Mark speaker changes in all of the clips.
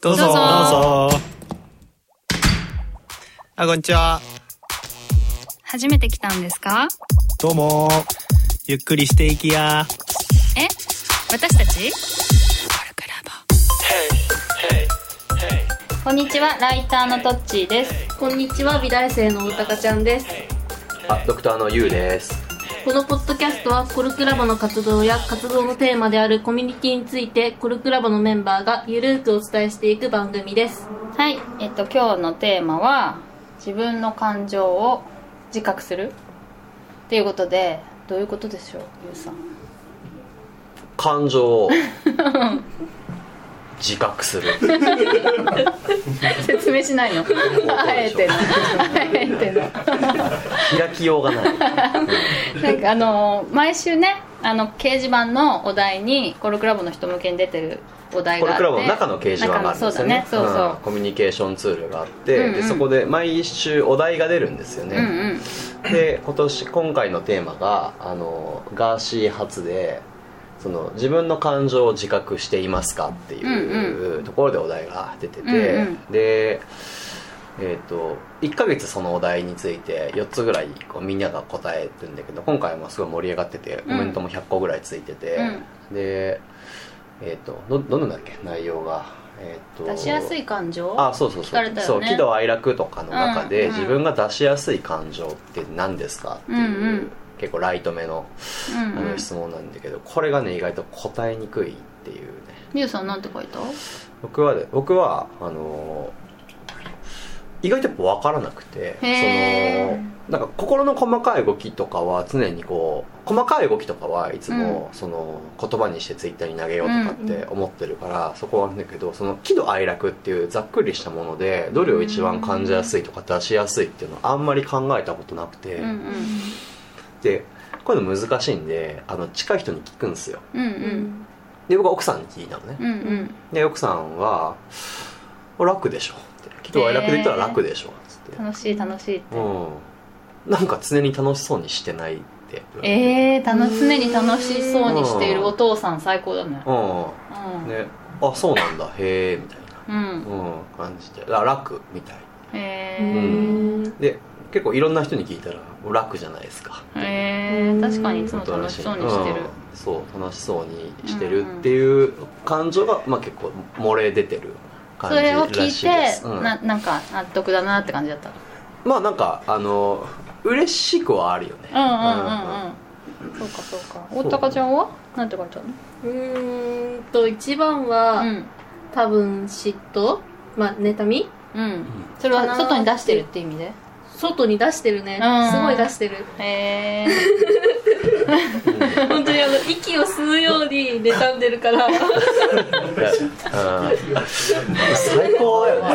Speaker 1: どうぞ
Speaker 2: どうぞ
Speaker 1: あ、こんにちは。
Speaker 2: 初めて来たんですか
Speaker 1: どうもゆっくりしていきや。
Speaker 2: え私たち
Speaker 3: こんにちは、ライターのトッチーです。
Speaker 4: こんにちは美大生のうたかちゃんです
Speaker 5: あ、ドクターのゆうです。
Speaker 4: このポッドキャストはコルクラボの活動や活動のテーマであるコミュニティについてコルクラボのメンバーがゆるーくお伝えしていく番組です
Speaker 3: はい、えっと、今日のテーマは、自分の感情を自覚するっていうことで、どういうことでしょう、ゆう さん。
Speaker 5: 感情を自覚する。
Speaker 3: 説明しないのあえての。あえての。
Speaker 5: 開きようがない。
Speaker 3: なんかあのー毎週ね、あの、掲示板のお題に、コルクラボの人向けに出てるお題
Speaker 5: コ
Speaker 3: があ
Speaker 5: ル
Speaker 3: って。
Speaker 5: クラボの中の掲示板があるんですよね。
Speaker 3: 中のそうだね、そうそう
Speaker 5: うん。コミュニケーションツールがあって、
Speaker 3: うんうん
Speaker 5: でそこで毎週お題が出るんですよね。
Speaker 3: うんうん
Speaker 5: で今年今回のテーマがあのガーシー初でその自分の感情を自覚していますかっていう、ところでお題が出てて、
Speaker 3: うん
Speaker 5: でえっ、と1ヶ月そのお題について4つぐらいこうみんなが答えるんだけど今回もすごい盛り上がっててコメントも100個ぐらいついてて、でえっ、とどどんなんだっけ内容が、えー、と
Speaker 3: 出しやすい感情
Speaker 5: あそうそう
Speaker 3: 聞
Speaker 5: そ
Speaker 3: か
Speaker 5: う,、
Speaker 3: れたよね
Speaker 5: そう喜怒哀楽とかの中
Speaker 3: う
Speaker 5: で、
Speaker 3: んうん
Speaker 5: 自分が出しやすい感情って何ですかっていう、
Speaker 3: うんうん
Speaker 5: 結構ライトめの
Speaker 3: うん
Speaker 5: あ
Speaker 3: うん
Speaker 5: の質問なんだけど、これがね意外と答えにくいっていうね
Speaker 3: ゆうさんなんて書いた
Speaker 5: 僕はね僕はあのー意外とやっぱ分からなくて
Speaker 3: へー
Speaker 5: そのなんか心の細かい動きとかは常にこう細かい動きとかはいつもその言葉にしてツイッターに投げようとかって思ってるからそこはあるんだけどその喜怒哀楽っていうざっくりしたものでどれを一番感じやすいとか出しやすいっていうのはあんまり考えたことなくて、
Speaker 3: うんうん
Speaker 5: でこういうの難しいんであの近い人に聞くんですよ
Speaker 3: うんう
Speaker 4: うん
Speaker 5: で僕は奥さんに聞いたのね
Speaker 3: うんうん
Speaker 5: で奥さんは「お楽でしょ」って「きっと楽で言ったら楽でしょ」っつって、
Speaker 3: 楽しい楽しいって
Speaker 5: うんなんか常に楽しそうにしてないって
Speaker 3: ええ楽常に楽しそうにしているお父さん最高だね
Speaker 5: う
Speaker 3: うんん
Speaker 5: ねあそうなんだへえみたい
Speaker 3: うん
Speaker 5: な、うん、感じであ楽みたい
Speaker 3: え
Speaker 5: で結構いろんな人に聞いたら「楽じゃないですか」
Speaker 3: ー、えー、確かにいつも楽しそうにしてる、
Speaker 5: うんそう楽しそうにしてるっていう感情が、まあ、結構漏れ出てる感
Speaker 3: そ
Speaker 5: じらしい
Speaker 3: れを聞
Speaker 5: で
Speaker 3: い
Speaker 5: す
Speaker 3: て、
Speaker 5: うん
Speaker 3: ななんか納得だなって感じだった
Speaker 5: まあなんかあの嬉しくはあるよね
Speaker 3: うんうんうんうん、そうかそうか大高ちゃんはなんて書いてある
Speaker 4: うーんと一番は、
Speaker 3: の
Speaker 4: 多分嫉妬まあ妬み
Speaker 3: うんうんそれは外に出してるって意味で
Speaker 4: 外に出してるね、
Speaker 3: うん
Speaker 4: すごい出してる
Speaker 3: へえ
Speaker 4: 本当にあの息を吸うように妬んでるか ら
Speaker 5: いやうん最高だよね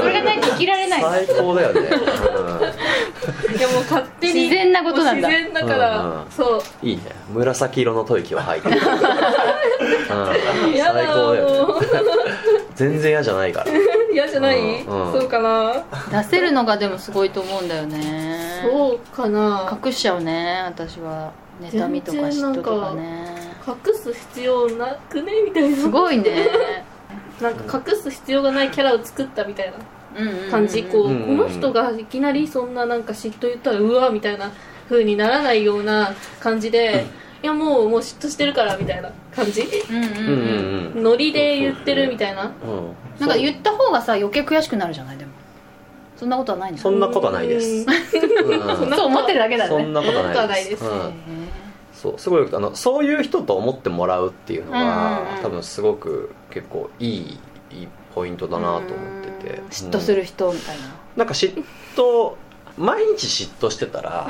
Speaker 3: これがないと生きられない
Speaker 5: 最高だよね、
Speaker 4: いやもう勝手に
Speaker 3: 自然なことなんだ
Speaker 4: もう自然だから、
Speaker 5: うんうん
Speaker 4: そう
Speaker 5: うんいいね紫色の吐息を吐いてる、うん、
Speaker 4: やだ
Speaker 5: 最高だよね全然嫌じゃないから
Speaker 4: 嫌じゃない、
Speaker 5: うんうん
Speaker 4: そうかな
Speaker 3: 出せるのがでもすごいと思うんだよね
Speaker 4: そうかな
Speaker 3: 隠しちゃうね私は妬みとか嫉妬とかね
Speaker 4: 隠す必要なくねみたいな
Speaker 3: すごいね
Speaker 4: なんか隠す必要がないキャラを作ったみたいな
Speaker 3: うんうんうん
Speaker 4: 感じ、こう、
Speaker 5: うんうん
Speaker 4: この人がいきなりそんななんか嫉妬言ったらうわみたいな風にならないような感じで、いやもうもう嫉妬してるからみたいな感じ
Speaker 3: うんうん
Speaker 5: うんう
Speaker 3: うん
Speaker 5: ん
Speaker 4: ノリで言ってるみたい
Speaker 5: う
Speaker 4: な
Speaker 5: ん、うん、
Speaker 3: なんか言った方がさ余計悔しくなるじゃないでもそんなことはないの
Speaker 5: そんなことはないです、うん
Speaker 3: そう思ってるだけだ
Speaker 5: そ
Speaker 3: ね
Speaker 5: んなこと
Speaker 4: そんなこと
Speaker 5: は
Speaker 4: は
Speaker 5: な
Speaker 4: ないい
Speaker 5: で
Speaker 4: ですす
Speaker 5: うん
Speaker 3: へ
Speaker 5: そうすごいあのそういう人と思ってもらうっていうのは、
Speaker 3: うんうんうん
Speaker 5: 多分すごく結構いいいいポイントだ
Speaker 3: ー
Speaker 5: なと思ってて
Speaker 3: うん嫉妬す
Speaker 5: うん
Speaker 3: る人みたいな
Speaker 5: なんか嫉妬毎日嫉妬してたら、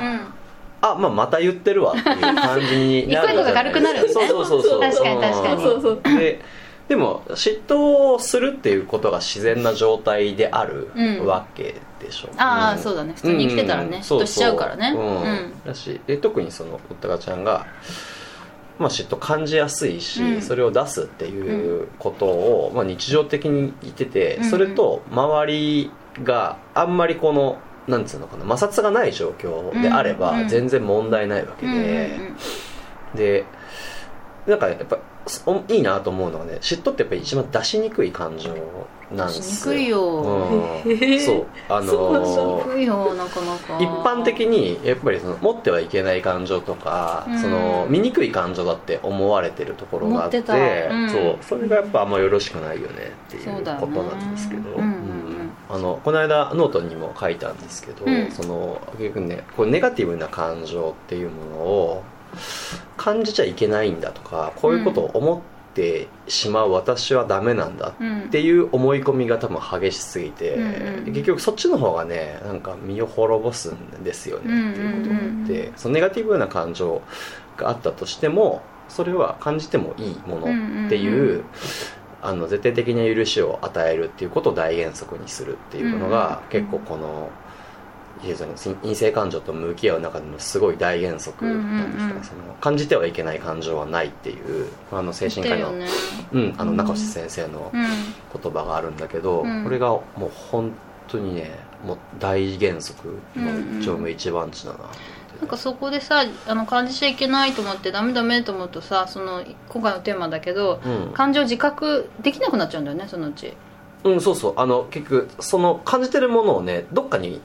Speaker 5: あまあまた言ってるわっていう感じになる
Speaker 3: 一個一個が軽くなるよね
Speaker 5: そうそうそうそう
Speaker 3: 確かに確かに
Speaker 4: そうそう
Speaker 5: にででも嫉妬をするっていうことが自然な状態である
Speaker 3: うん
Speaker 5: わけでしょ、
Speaker 3: ああ、
Speaker 5: うん
Speaker 3: そうだね普通に生きてたらね、
Speaker 5: うん
Speaker 3: 嫉妬しちゃうからね
Speaker 5: そうそううん
Speaker 3: うん
Speaker 5: だしで特にそのおったかちゃんが、まあ、嫉妬感じやすいし、
Speaker 3: うん
Speaker 5: それを出すっていうことを、まあ、日常的に言ってて、
Speaker 3: うんうん
Speaker 5: それと周りがあんまりこのなんつうのかな摩擦がない状況であれ
Speaker 3: うんう
Speaker 5: ば
Speaker 3: ん
Speaker 5: 全然問題ないわけ
Speaker 3: う
Speaker 5: で、
Speaker 3: んうんうん
Speaker 5: でなんかやっぱおいいなと思うのはね嫉妬ってやっぱり一番出しにくい感情なんです
Speaker 3: し
Speaker 5: よ
Speaker 3: にくいよ、
Speaker 5: うん、そうあ の
Speaker 3: しにくいよなかなか
Speaker 5: 一般的にやっぱりその持ってはいけない感情とか、
Speaker 3: うん
Speaker 5: その醜い感情だって思われてるところがあって
Speaker 4: 思って
Speaker 3: たうん
Speaker 5: そうそれがやっぱあんまよろしくないよねっていう
Speaker 3: そうだよね
Speaker 5: ことなんですけど、
Speaker 3: うんうんうん
Speaker 5: あのこの間ノートにも書いたんですけど、
Speaker 3: うん
Speaker 5: その結局ねこうネガティブな感情っていうものを感じちゃいけないんだとかこういうことを思ってしまう私はダメなんだっ
Speaker 3: うん
Speaker 5: っていう思い込みが多分激しすぎて、
Speaker 3: うんうん
Speaker 5: 結局そっちの方がねなんか身を滅ぼすんですよ
Speaker 3: うんうん
Speaker 5: ねっていうことがあって、
Speaker 4: うんうん
Speaker 5: そのネガティブな感情があったとしてもそれは感じてもいいものっていう,、
Speaker 3: うんうん
Speaker 5: あの絶対的な許しを与えるっていうことを大原則にするっていうのが、
Speaker 3: うんうん
Speaker 5: 結構この。いやその陰性感情と向き合う中でもすごい大原則なんです
Speaker 3: うんう
Speaker 5: け
Speaker 3: んうん
Speaker 5: その感じてはいけない感情はないっていうあの精神科医の,、
Speaker 3: だよね
Speaker 5: うん、あの中越先生の言葉があるんだけど、
Speaker 3: うん
Speaker 5: これがもう本当にねもう大原則の常務一番地だなと思って、
Speaker 3: なんかそこでさあの感じちゃいけないと思ってダメダメと思うとさその今回のテーマだけど
Speaker 5: うん
Speaker 3: 感情自覚できなくなっちゃうんだよねそのうち
Speaker 5: うん、そうそうあの結局その感じてるものをねどっかに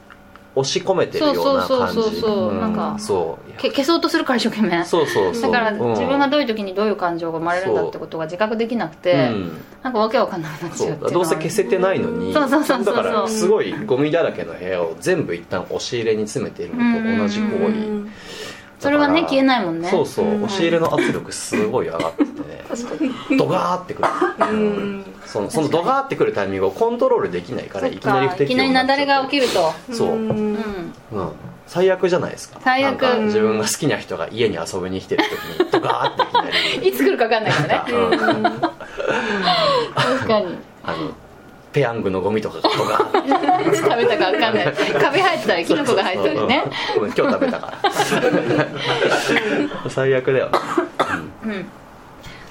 Speaker 5: 押し込めてるような
Speaker 3: そう
Speaker 5: 感
Speaker 3: そうそうそう
Speaker 5: じ
Speaker 3: そう
Speaker 5: う
Speaker 3: なんか
Speaker 5: そういや
Speaker 3: け消そうとするから一生懸命
Speaker 5: そうそうそ
Speaker 3: だ
Speaker 5: う
Speaker 3: から
Speaker 5: うん
Speaker 3: 自分がどういう時にどういう感情が生まれるんだってことが自覚できなく
Speaker 5: う
Speaker 3: て、
Speaker 5: ん
Speaker 3: なんかわけわかんなくなっち
Speaker 5: そ
Speaker 3: ゃうっ
Speaker 5: う
Speaker 3: ていのが
Speaker 5: どうせ消せてないのに
Speaker 3: そうそうそうそう
Speaker 5: だからすごいゴミだらけの部屋を全部一旦押し入れに詰めているのと同じ行為、
Speaker 4: うん
Speaker 3: それはね消えないもんね
Speaker 5: そうそう、
Speaker 4: うん
Speaker 5: 押し入れの圧力すごい上がっててねドガーってくる、
Speaker 4: うん
Speaker 5: そのそのドガーってくるタイミングをコントロールできないからいきなり不
Speaker 3: い
Speaker 5: 適
Speaker 3: きなり
Speaker 5: 応に
Speaker 3: 雪
Speaker 5: なっちゃっ
Speaker 3: 崩
Speaker 5: て
Speaker 3: が起きると、
Speaker 5: そう、うん
Speaker 3: うんん、
Speaker 5: 最悪じゃないですか
Speaker 3: 最悪
Speaker 5: なんか自分が好きな人が家に遊びに来てる時 にドガーっていきなり
Speaker 3: いつ来るかわかんないからね
Speaker 5: なんか、うん
Speaker 3: 確かに
Speaker 5: あのペヤングのゴミとかがドガーって
Speaker 3: 何食べたかわかんないカビ生えてた りキノコが生えてたりね
Speaker 5: うん今日食べたから 最悪だよね、
Speaker 3: うん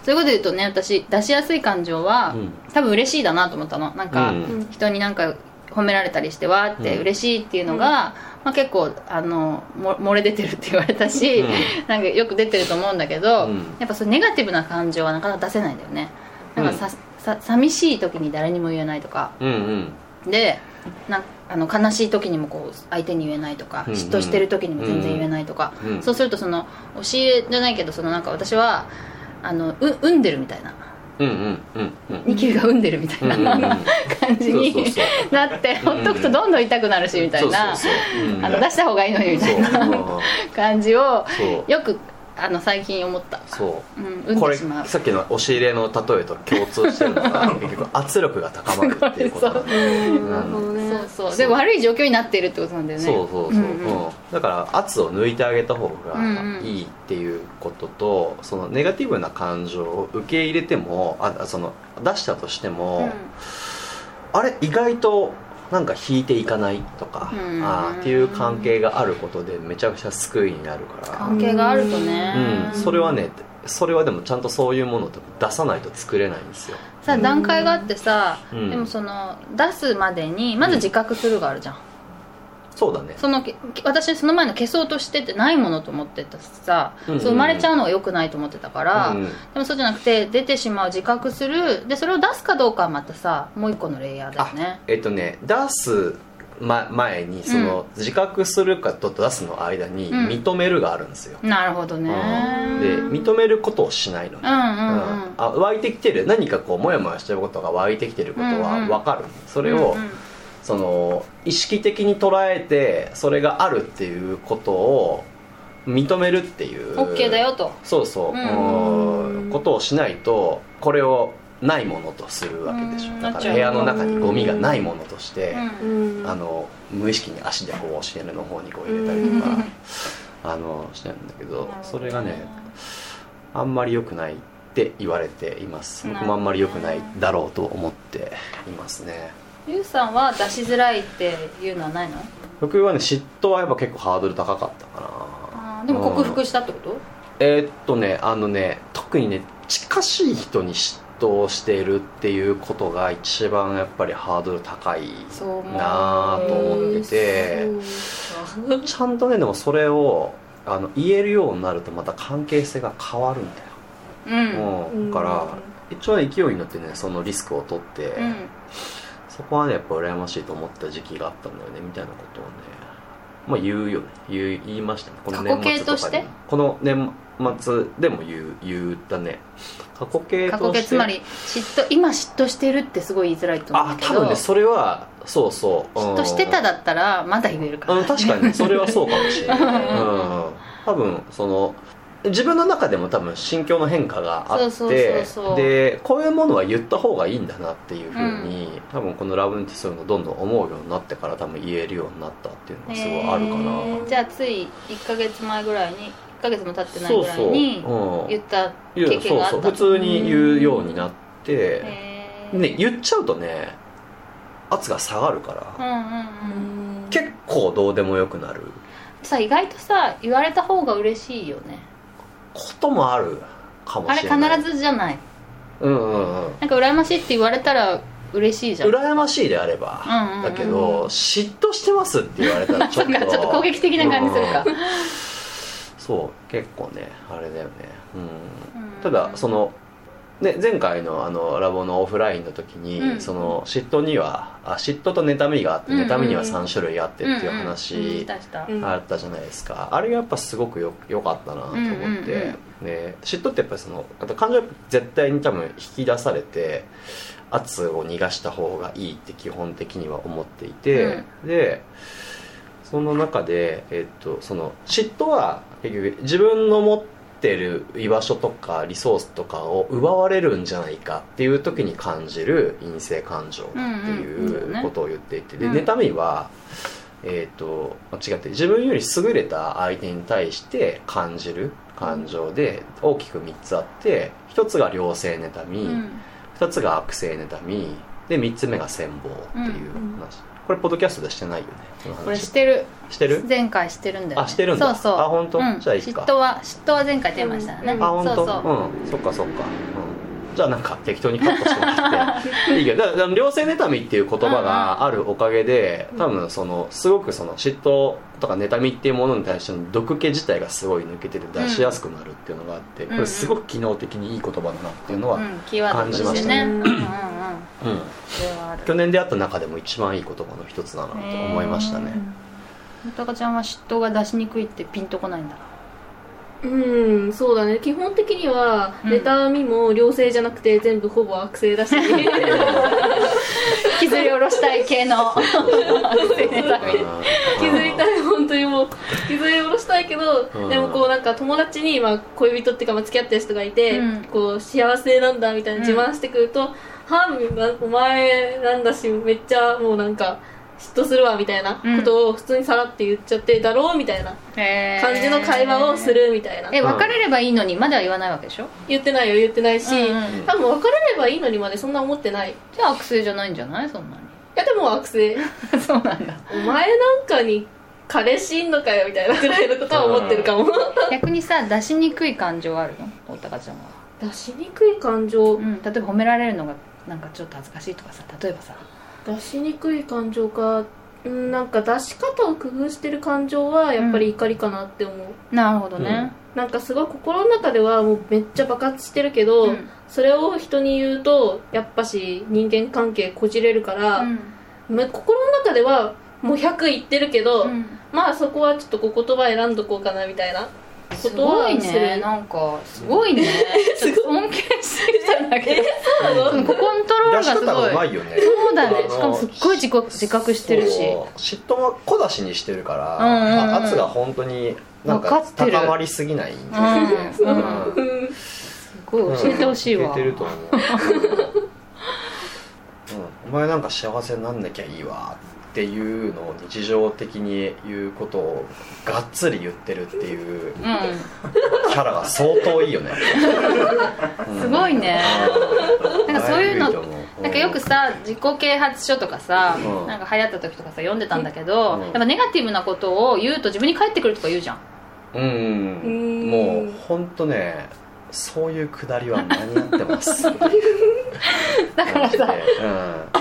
Speaker 3: そういうことで言うとね私出しやすい感情は、
Speaker 5: うん
Speaker 3: 多分嬉しいだなと思ったのなん
Speaker 5: う
Speaker 3: か、
Speaker 5: ん
Speaker 3: 人になんか褒められたりしてわーって
Speaker 5: うん
Speaker 3: 嬉しいっていうのが、まあ、結構あのも漏れ出てるって言われたし、
Speaker 5: うん
Speaker 3: なんかよく出てると思うんだけど、
Speaker 5: うん
Speaker 3: やっぱそうネガティブな感情はなかなか出せないんだよねなんかさ、さ寂しい時に誰にも言えないとか
Speaker 5: うんうん
Speaker 3: でなんあの悲しい時にもこう相手に言えないとか、
Speaker 5: うんうん
Speaker 3: 嫉妬してる時にも全然言えないとか、
Speaker 5: うん
Speaker 3: そうするとその押し入れじゃないけどそのなんか私はあのう産んでるみたいな
Speaker 5: うんうんうんうん
Speaker 3: ニキビが産んでるみたいな、
Speaker 5: うんうん うん
Speaker 3: 感じに
Speaker 5: そうそうそう
Speaker 3: なって
Speaker 5: うん
Speaker 3: ほっとくとどんどん痛くなるしみたいな
Speaker 5: そうそうそううん
Speaker 3: あの出した方がいいのにみた
Speaker 5: そう
Speaker 3: いな感じを
Speaker 5: そう
Speaker 3: よくあの最近思った、、
Speaker 5: そううん
Speaker 3: 産ん
Speaker 5: こ
Speaker 3: で
Speaker 5: れ
Speaker 3: しまう
Speaker 5: さっきの押し入れの例えと共通してるのが結局圧力が高まるっていうことなんだよね
Speaker 4: なるほどね
Speaker 3: そうそうで悪い状況になっているってことなんだよね
Speaker 5: そうそうそう、
Speaker 3: うんうん
Speaker 5: うんだから圧を抜いてあげた方
Speaker 3: うん
Speaker 5: が
Speaker 3: うん
Speaker 5: いいっていうことと、そのネガティブな感情を受け入れてもあその出したとしても、あれ意外となんか引いていかないとか、
Speaker 3: うん
Speaker 5: あーっていう関係があることでめちゃくちゃ救いになるから、
Speaker 3: 関係があるとね、
Speaker 5: うん、それはねそれはでもちゃんとそういうものを出さないと作れないんですよ、
Speaker 3: さ段階があってさ、
Speaker 5: うん
Speaker 3: でもその出すまでにまず自覚するがあるじゃん、
Speaker 5: そうだね
Speaker 3: そのけ私その前の消そうとしててないものと思ってたしさ、
Speaker 5: うんうん
Speaker 3: そう生まれちゃうのが良くないと思ってたから、
Speaker 5: うん
Speaker 3: でもそうじゃなくて出てしまう自覚するでそれを出すかどうかはまたさもう一個のレイヤーだよね
Speaker 5: えっ、とね出す、ま、前にその、自覚するかと出すの間に
Speaker 3: うん
Speaker 5: 認めるがあるんですよ、
Speaker 3: なるほどね
Speaker 5: うんで認めることをしないの
Speaker 3: う
Speaker 5: ね、
Speaker 3: ん
Speaker 5: う
Speaker 3: うんうん
Speaker 5: んあ湧いてきてる何かこうモヤモヤしてることが湧いてきてること
Speaker 3: うんう
Speaker 5: は
Speaker 3: ん
Speaker 5: 分かる、それを、
Speaker 3: うんうん
Speaker 5: その意識的に捉えてそれがあるっていうことを認めるっていう
Speaker 3: OK だよと
Speaker 5: そうそう、
Speaker 4: うん
Speaker 5: うんことをしないとこれをないものとするわけでし
Speaker 3: う
Speaker 5: ょ
Speaker 3: ん
Speaker 5: だ
Speaker 3: な
Speaker 5: か
Speaker 3: っちゃ
Speaker 5: ら
Speaker 3: う
Speaker 5: 部屋の中にゴミがないものとして、
Speaker 4: うん
Speaker 5: あの無意識に足でこう押し入れの方にこう入れたりとか、 あのしてるんだけどそれがねあんまり良くないって言われています僕もあんまり良くないだろうと思っていますね
Speaker 3: ゆうさんは出しづらいっていうのはないの
Speaker 5: 僕はね嫉妬はやっぱ結構ハードル高かったかな
Speaker 3: あーでも克服したってこと
Speaker 5: えーっとねあのね特にね近しい人に嫉妬をしているっていうことが一番やっぱりハードル高い
Speaker 3: そう思う
Speaker 5: なあと思っててちゃんとねでもそれをあの言えるようになるとまた関係性が変わるんだよ
Speaker 3: うん
Speaker 5: うん、だから一応勢いに乗ってねそのリスクを取って、
Speaker 3: うん
Speaker 5: そこはねやっぱ羨ましいと思った時期があったんだよねみたいなことをねまあ言うよね言う言いましたねこの年末と
Speaker 3: 過去形
Speaker 5: か
Speaker 3: とし
Speaker 5: に
Speaker 3: て
Speaker 5: この年末でも言う言ったね過去形
Speaker 3: 過去
Speaker 5: と
Speaker 3: 形
Speaker 5: して
Speaker 3: つまり嫉妬今嫉妬してるってすごい言いづらいと思う
Speaker 5: あ
Speaker 3: んだ
Speaker 5: 多
Speaker 3: けど
Speaker 5: 分ねそれはそうそう
Speaker 3: 嫉妬してた
Speaker 5: だ
Speaker 3: だったらまだ言えるから、
Speaker 5: うん、確かにそれはそうかもし れない、
Speaker 3: う
Speaker 5: うんん、多分その自分の中でも多分心境の変化があって
Speaker 3: そうそうそうそう
Speaker 5: でこういうものは言った方がいいんだなっていうふうに、多分この「ラブニティ」そういうのどんどん思うようになってから多分言えるようになったっていうのがすごいあるかな、
Speaker 4: へー
Speaker 3: じゃあつい1ヶ月前ぐらいに1ヶ月も経ってない
Speaker 5: そ
Speaker 3: ぐ
Speaker 5: う
Speaker 3: ら
Speaker 5: そ、
Speaker 3: いう
Speaker 5: うん、
Speaker 3: に言った
Speaker 5: いや
Speaker 3: 経験があった
Speaker 5: そうそう普通に言うようになって、
Speaker 3: へー
Speaker 5: ね、言っちゃうとね圧が下がるから、
Speaker 3: うんうんうん
Speaker 5: 結構どうでもよくなる
Speaker 3: さ意外とさ言われた方が嬉しいよね
Speaker 5: こともあるかも
Speaker 3: あれ
Speaker 5: しれない
Speaker 3: 必ずじゃない
Speaker 5: うんうんうん
Speaker 3: なんか羨ましいって言われたら嬉しいじゃん
Speaker 5: 羨ましいであれば、
Speaker 3: うんうんうん
Speaker 5: だけど嫉妬してますって言われたらちょっ と
Speaker 3: なんかちょっと攻撃的な感じするか
Speaker 5: うんそう結構ねあれだよね、うん、
Speaker 3: うん
Speaker 5: ただそのね、前回のあのラボのオフラインの時に、
Speaker 3: うん
Speaker 5: その嫉妬にはあ嫉妬と妬みがあっ
Speaker 3: う
Speaker 5: て、
Speaker 3: んうんうん
Speaker 5: 妬みには3種類あってっていう話、
Speaker 3: うんうんうん出した
Speaker 5: あったじゃないですかあれがやっぱすごくよ良かったなと思って、
Speaker 3: うんうんうん
Speaker 5: ね、嫉妬ってやっぱりそのあと感情は絶対に多分引き出されて圧を逃がした方がいいって基本的には思っていて、でその中で、えっと、その嫉妬は結局自分の持ってる居場所とかリソースとかを奪われるんじゃないかっていう時に感じる陰性感情っ
Speaker 3: う
Speaker 5: て
Speaker 3: んうんうん
Speaker 5: い
Speaker 3: ね
Speaker 5: うことを言っていて、
Speaker 3: うん
Speaker 5: で妬みはえー、と違って自分より優れた相手に対して感じる感情で大きく3つあって1つが良性妬み、
Speaker 3: うん
Speaker 5: 2つが悪性妬みで3つ目が羨望っていう話、
Speaker 4: うん
Speaker 5: これポッドキャストでしてないよねこの話
Speaker 3: これしてる
Speaker 5: してる
Speaker 3: 前回してるんだよ、ね、
Speaker 5: あしてるんだ
Speaker 3: そうそう
Speaker 5: あ本当
Speaker 3: うん
Speaker 5: じゃあいいか
Speaker 3: 嫉妬は嫉妬は前回出ましたね、
Speaker 4: うん
Speaker 5: あ本当
Speaker 3: そうそう、
Speaker 5: うんそっかそっか、うん、じゃあなんか適当にカットしてもらっていいけどだから良性妬みっていう言葉があるおかげで
Speaker 4: うん
Speaker 5: 多分そのすごくその嫉妬とか妬みっていうものに対しての毒気自体がすごい抜けてて出しやすくなるっていうのがあって、これすごく機能的にいい言葉だなっていうのは、
Speaker 3: うんキーワードと
Speaker 5: 感
Speaker 3: してね
Speaker 5: じま
Speaker 4: したね
Speaker 3: うんうんうん
Speaker 5: うん
Speaker 3: それはある
Speaker 5: 去年出会った中でも一番いい言葉の一つだなと思いましたね、
Speaker 3: たかちゃんは嫉妬が出しにくいってピンとこないんだ
Speaker 4: うん、そうだね。基本的には、
Speaker 3: うん
Speaker 4: 妬みも良性じゃなくて、全部ほぼ悪 性だし。
Speaker 3: 削り下ろしたい 系の
Speaker 4: 気づいたい本当にもう気づい下ろしたいけど、
Speaker 5: うん
Speaker 4: でもこうなんか友達にまあ恋人っていうかまあ付き合ってる人がいて、
Speaker 3: うん
Speaker 4: こう幸せなんだみたいな自慢してくると「はんお前なんだしめっちゃもうなんか嫉妬するわ」みたいなことを普通にさらって言っちゃって「だろう」みたいな
Speaker 3: 感
Speaker 4: 感じの会話をするみたいな、
Speaker 3: え別れればいいのにまだは言わないわけでしょ
Speaker 4: 言ってないよ言ってないし、
Speaker 3: うんうん
Speaker 4: 多分別れればいいのにまでそんな思ってないい
Speaker 3: じゃあ悪性じゃないんじゃないそんな
Speaker 4: やでも悪性
Speaker 3: に そうなんだ
Speaker 4: お前なんかに彼氏いんのかよみたいなぐらいのことは思ってるかも、
Speaker 3: 逆にさ出しにくい感情はあるのおたかちゃんは、
Speaker 4: 出しにくい感情、
Speaker 3: うん、例えば褒められるのがなんかちょっと恥ずかしいとかさ例えばさ
Speaker 4: 出しにくい感情かうんなんか出し方を工夫してる感情はやっぱり怒りかなって思う、
Speaker 3: なるほど
Speaker 5: ね、
Speaker 4: なんかすごい心の中ではもうめっちゃ爆発してるけど、
Speaker 3: うん
Speaker 4: それを人に言うとやっぱし人間関係こじれるから、ま心の中ではもう100いってるけど、まあそこはちょっとこう言葉選んどこうかなみたいなこ
Speaker 3: す
Speaker 4: と
Speaker 3: ご
Speaker 4: はいする
Speaker 3: ねなんか すごいねちょっと尊敬してきたんだけ ど
Speaker 4: そうなの
Speaker 3: そのコントロールが
Speaker 5: 出し
Speaker 3: す
Speaker 5: 方
Speaker 3: ご
Speaker 5: うま
Speaker 3: い
Speaker 5: いよね
Speaker 3: そうだ
Speaker 5: あ
Speaker 3: ね
Speaker 5: の
Speaker 3: しかもすっごい自覚自覚してるし
Speaker 5: そう嫉妬は小出しにしてるから、
Speaker 3: うんうんうん
Speaker 5: あ圧が本当になん
Speaker 3: わ
Speaker 5: か
Speaker 3: かってる
Speaker 5: 高まりすぎないんですよね
Speaker 3: うん
Speaker 5: うん
Speaker 4: うん
Speaker 3: すごい教えてほしい
Speaker 5: うん
Speaker 3: わ
Speaker 5: いけてると思う、うん、お前なんか幸せになんなきゃいいわっていうのを日常的に言うことをがっつり言ってるっていう
Speaker 3: うん
Speaker 5: キャラが相当いいよ ね、
Speaker 3: すごいね
Speaker 5: うん
Speaker 3: なんかそういうの
Speaker 5: だぶと思う
Speaker 3: なんかよくさ自己啓発書とかさ、
Speaker 5: うん
Speaker 3: なんか流行った時とかさ読んでたんだけど、
Speaker 5: うん
Speaker 3: やっぱネガティブなことを言うと自分に返ってくるとか言うじゃん
Speaker 5: うん、
Speaker 4: うん
Speaker 5: もう本当ねそういうくだりは何やってますだからさ、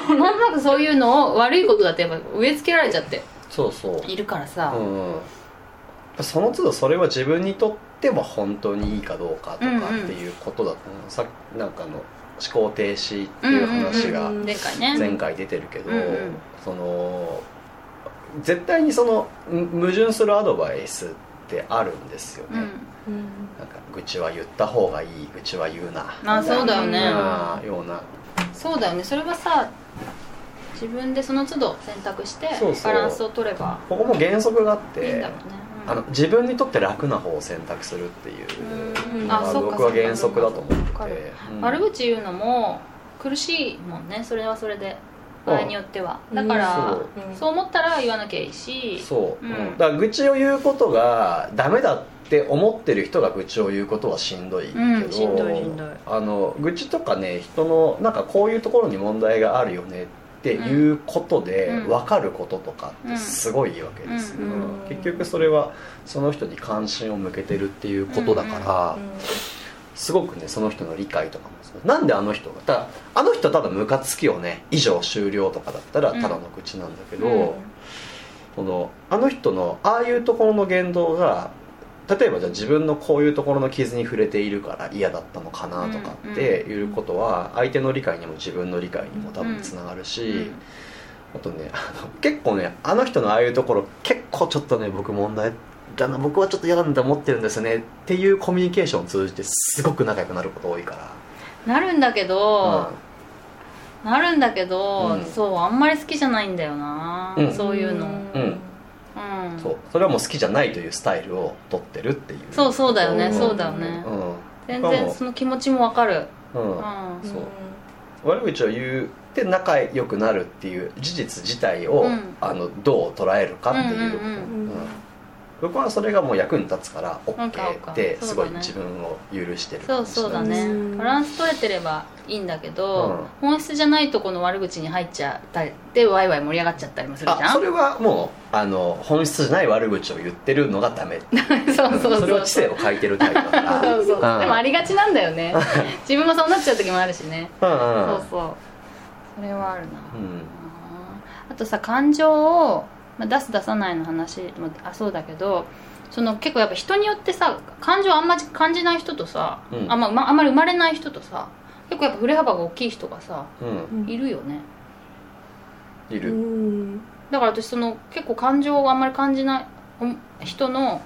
Speaker 5: うん、
Speaker 3: なんとなくそういうのを悪いことだってやっぱ植え付けられちゃって
Speaker 5: そうそう、
Speaker 3: いるからさ、
Speaker 5: うん、その都度それは自分にとっっては本当にいいかどうかとかっていうことだと思う、さなんかあの思考停止っていう話が
Speaker 4: うんうんうん
Speaker 3: 前回ね
Speaker 5: 前回出てるけど、
Speaker 3: うんうん
Speaker 5: その絶対にそのむ矛盾するアドバイスってあるんですよ
Speaker 3: う
Speaker 5: ね、
Speaker 3: ん
Speaker 4: うん
Speaker 5: なんか愚痴は言った方がいい愚痴は言うな
Speaker 3: まあそうだよね
Speaker 5: なような
Speaker 3: そうだよねそれはさ自分でその都度選択して
Speaker 5: そうそう
Speaker 3: バランスを取れば
Speaker 5: ここも原則があっ
Speaker 3: いいん
Speaker 5: て
Speaker 3: だろうね、うん
Speaker 5: あの自分にとって楽な方を選択するっていう
Speaker 4: うん
Speaker 5: の
Speaker 3: あ
Speaker 5: は
Speaker 3: そうか
Speaker 5: 僕は原則だと思って
Speaker 3: そうかそう
Speaker 5: て、うん
Speaker 3: 悪口言うのも苦しいもんねそれはそれで場合によっては
Speaker 4: うん
Speaker 3: だから、
Speaker 5: そう
Speaker 4: うん
Speaker 3: そう思ったら言わなきゃいいし
Speaker 5: そう、
Speaker 3: うん
Speaker 5: だから愚痴を言うことがダメだって思ってる人が愚痴を言うことはしんどいけど、
Speaker 3: うん
Speaker 5: しんどいあの愚痴とかね人のなんかこういうところに問題があるよねっていうことで
Speaker 3: うん
Speaker 5: 分かることとかってすごいいいわけですよ、
Speaker 4: うんうん
Speaker 5: 結局それはその人に関心を向けてるっていうことだから、すごくねその人の理解とかもそうなんであの人がただあの人はただムカつきをね以上終了とかだったらただの口なんだけど、
Speaker 3: うん
Speaker 5: そのあの人のああいうところの言動が例えばじゃあ自分のこういうところの傷に触れているから嫌だったのかなとかっていうことは相手の理解にも自分の理解にも多分つながるし、
Speaker 3: うん
Speaker 5: あとねあの結構ねあの人のああいうところ結構ちょっとね僕問題だな僕はちょっと嫌なんだと思ってるんですよねっていうコミュニケーションを通じてすごく仲良くなること多いか
Speaker 3: なるんだけ
Speaker 5: ら、
Speaker 3: ど、なるんだけ
Speaker 5: う
Speaker 3: ど、
Speaker 5: ん
Speaker 3: そうあんまり好きじゃないんだよな、
Speaker 5: うん
Speaker 3: そういうの、うん
Speaker 5: うんそうそれはもう好きじゃないというスタイルを取ってるっていう
Speaker 3: そうそうだよね
Speaker 5: ん
Speaker 3: そうだよね全
Speaker 5: しか
Speaker 3: 然
Speaker 5: も
Speaker 3: その気持ちもわかる、
Speaker 5: うん、うん
Speaker 3: うん
Speaker 5: そう悪口を言って仲良くなるっていう事実自体を、
Speaker 3: うん
Speaker 5: あのどう捉えるかっていうこと、
Speaker 3: うんうんうん
Speaker 4: う
Speaker 5: うん
Speaker 4: ん
Speaker 5: 僕はそれがもう役に立つから OK っ
Speaker 3: OK
Speaker 5: て
Speaker 3: そうだね
Speaker 5: すごい自分を許してる
Speaker 3: そう
Speaker 5: 感じ
Speaker 3: そうだ
Speaker 5: なんです
Speaker 3: ねバランス取れてればいいんだけど、本質じゃないとこの悪口に入っちゃったりでワイワイ盛り上がっちゃったりもするじ
Speaker 5: あ
Speaker 3: ゃん
Speaker 5: それはもうあの本質じゃない悪口を言ってるのがダメ
Speaker 3: そうそうそう
Speaker 5: それは知性を欠いてるタイプだから
Speaker 3: そうそう
Speaker 5: うん
Speaker 3: でもありがちなんだよね自分もそうなっちゃう時もあるしね
Speaker 5: うんうん
Speaker 3: そうそうそれはあるな
Speaker 5: うん
Speaker 3: あとさ感情を、まあ、出す出さないの話もあそうだけどその結構やっぱ人によってさ感情あんまり感じない人とさ、
Speaker 5: うん
Speaker 3: あんままあんまり生まれない人とさ結構やっぱ振れ幅が大きい人がさ
Speaker 5: うん
Speaker 3: いるよね
Speaker 5: いる、
Speaker 4: うん
Speaker 3: だから私その結構感情をあんまり感じないお人の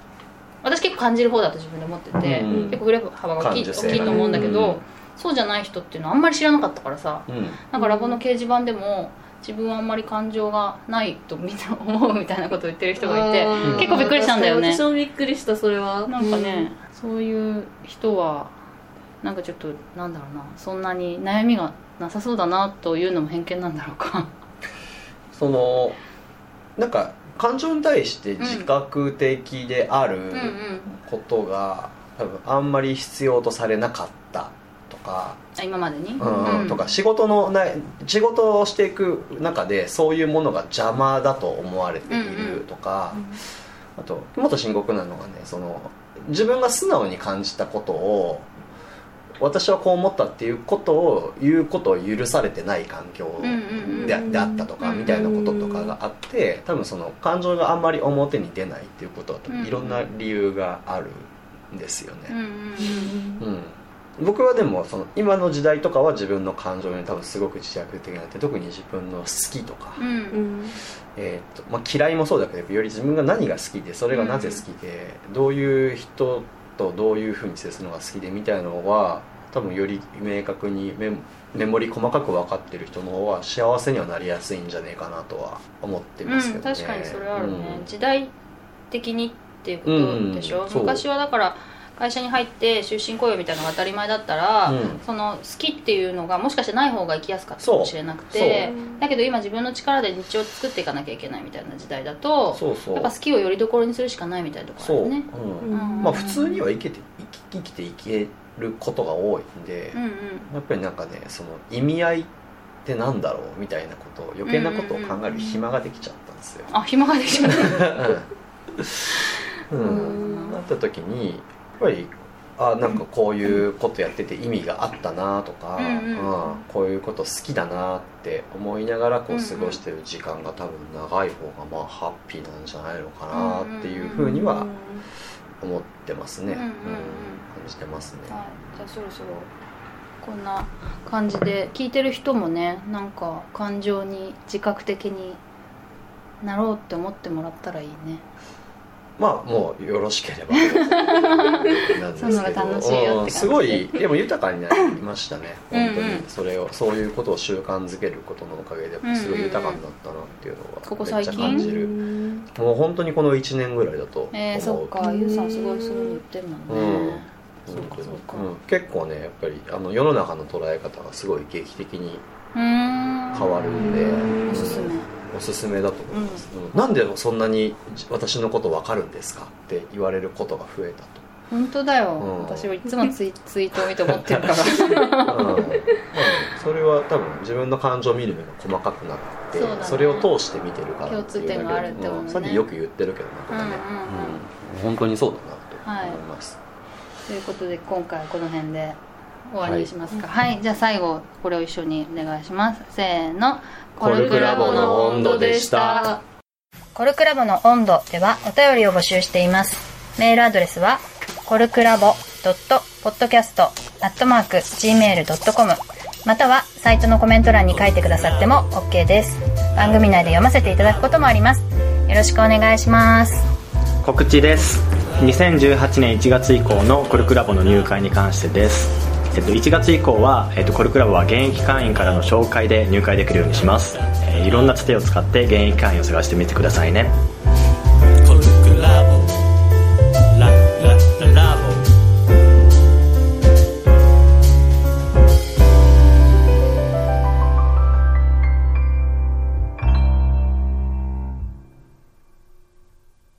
Speaker 3: 私結構感じる方だと自分で思ってて、
Speaker 5: うん
Speaker 3: 結構振れ幅が大きい
Speaker 5: 感受性が
Speaker 3: 大
Speaker 5: ね
Speaker 3: きいと思うんだけど、そうじゃない人っていうのはあんまり知らなかったからさ
Speaker 5: うん
Speaker 3: なんかラボの掲示板でも自分はあんまり感情がないとみんな思うみたいなことを言ってる人がいて
Speaker 5: ん
Speaker 3: 結構びっくりしたんだよね
Speaker 4: 私もびっくりしたそれは
Speaker 3: なんかね、そういう人はなんかちょっとなんだろうなそんなに悩みがなさそうだなというのも偏見なんだろうか
Speaker 5: そのなんか感情に対して自覚的である
Speaker 3: うんうん
Speaker 5: ことが、多分あんまり必要とされなかったとか,、
Speaker 3: あ 今までに、
Speaker 5: うんとか仕事のない仕事をしていく中でそういうものが邪魔だと思われているとか、
Speaker 4: うんうん
Speaker 5: あともっと深刻なのがねその自分が素直に感じたことを私はこう思ったっていうことを言うことを許されてない環境
Speaker 3: うんうんうん
Speaker 5: でであったとか
Speaker 3: うん
Speaker 5: みたいなこととかがあって多分その感情があんまり表に出ないっていうことは多
Speaker 3: うん
Speaker 5: 分いろんな理由があるんですよ
Speaker 3: うんう
Speaker 5: ね、
Speaker 3: んうん
Speaker 5: うん僕はでもその今の時代とかは自分の感情に多分すごく自虐的になって特に自分の好きとか、
Speaker 3: うんうん
Speaker 4: うん
Speaker 5: えーとまあ、嫌いもそうだけどより自分が何が好きでそれがなぜ好きで、どういう人とどういうふうに接するのが好きでみたいなのは多分より明確にメモメモリ細かく分かってる人の方は幸せにはなりやすいんじゃねえかなとは思ってますけどね、
Speaker 3: 確かにそれはあるね、
Speaker 5: うん
Speaker 3: 時代的にっていうことでしょ、
Speaker 5: うんそう
Speaker 3: 昔はだから会社に入って終身雇用みたいなのが当たり前だったら、
Speaker 5: うん
Speaker 3: その好きっていうのがもしかしてない方が生きやすかったかもしれなくて
Speaker 4: そうそう
Speaker 3: だけど今自分の力で日常を作っていかなきゃいけないみたいな時代だと
Speaker 5: そうそう
Speaker 3: やっぱ好きをよりどころにするしかないみたいなとこ
Speaker 5: そう、
Speaker 3: ろあるね
Speaker 5: うん
Speaker 3: うん
Speaker 5: まあ普通には生きて生き生きていけることが多いんで、
Speaker 3: うんうん
Speaker 5: やっぱりなんかねその意味合いってなんだろうみたいなことを余計なことを考える暇ができちゃったんですよ、
Speaker 3: あ暇ができちゃった
Speaker 5: うん
Speaker 4: うん
Speaker 5: なった時にやっぱりあなんかこういうことやってて意味があったなとか、
Speaker 3: うんうんうん
Speaker 5: こういうこと好きだなって思いながらこ
Speaker 3: う
Speaker 5: うん
Speaker 3: うん
Speaker 5: 過ごしてる時間が多分長い方がまあハッピーなんじゃないのかなっていうふうには思ってますね、
Speaker 3: うんうんうん
Speaker 5: 感じてますね
Speaker 3: はい、じゃあそろそろこんな感じで聞いてる人もねなんか感情に自覚的になろうって思ってもらったらいいね
Speaker 5: まあもうよろしければなんで
Speaker 3: そ
Speaker 5: す
Speaker 3: ういうのが楽しいよって感じ
Speaker 5: すごいでも豊かになりましたね
Speaker 3: うんうん
Speaker 5: 本当にそれをそういうことを習慣づけることのおかげですごい豊かになったなっていうの
Speaker 3: ここ
Speaker 5: はめっ
Speaker 3: 最
Speaker 5: ちゃ
Speaker 3: 近
Speaker 5: 感じるもう本当にこの1年ぐらいだと思う、
Speaker 3: えー、そっか
Speaker 4: うん
Speaker 3: ゆうさんすごいそう言ってるもんね、
Speaker 5: うん本
Speaker 3: そっ
Speaker 5: 当
Speaker 3: か
Speaker 5: に
Speaker 3: そっか
Speaker 5: うん結構ねやっぱりあの世の中の捉え方がすごい劇的に
Speaker 3: うーん
Speaker 5: 変わるんで
Speaker 4: うん
Speaker 3: おすすめ
Speaker 5: おすすめだと思います、うんなんでそんなに私のことわかるんですかって言われることが増えたと
Speaker 3: 本当だよ、
Speaker 5: うん
Speaker 3: 私はいつもツイツイートを見て思ってるか ら
Speaker 5: うんまあねそれは多分自分の感情を見る目が細かくなって
Speaker 3: そ
Speaker 5: そ,、
Speaker 3: うだね
Speaker 5: れを通して見てるからっていうだけ
Speaker 3: 共通
Speaker 5: で
Speaker 3: 点があるってことね
Speaker 5: うんさっきよく言ってるけどねこ
Speaker 3: うん
Speaker 5: れ
Speaker 3: う
Speaker 5: ね
Speaker 3: ん、うん
Speaker 5: うん本当にそうだなと思います、
Speaker 3: ということで今回はこの辺で終わりにしますかはい、じゃあ最後これを一緒にお願いしますせーの
Speaker 5: コルクラボの温度でした
Speaker 3: コルクラボの温度ではお便りを募集していますメールアドレスはコルクラボ .podcast.gmail.com またはサイトのコメント欄に書いてくださっても OK です番組内で読ませていただくこともありますよろしくお願いします
Speaker 1: 告知です2018年1月以降のコルクラボの入会に関してです、えっと、1月以降は、えっと、コルクラボは現役会員からの紹介で入会できるようにします、えーいろんなツテを使って現役会員を探してみてくださいね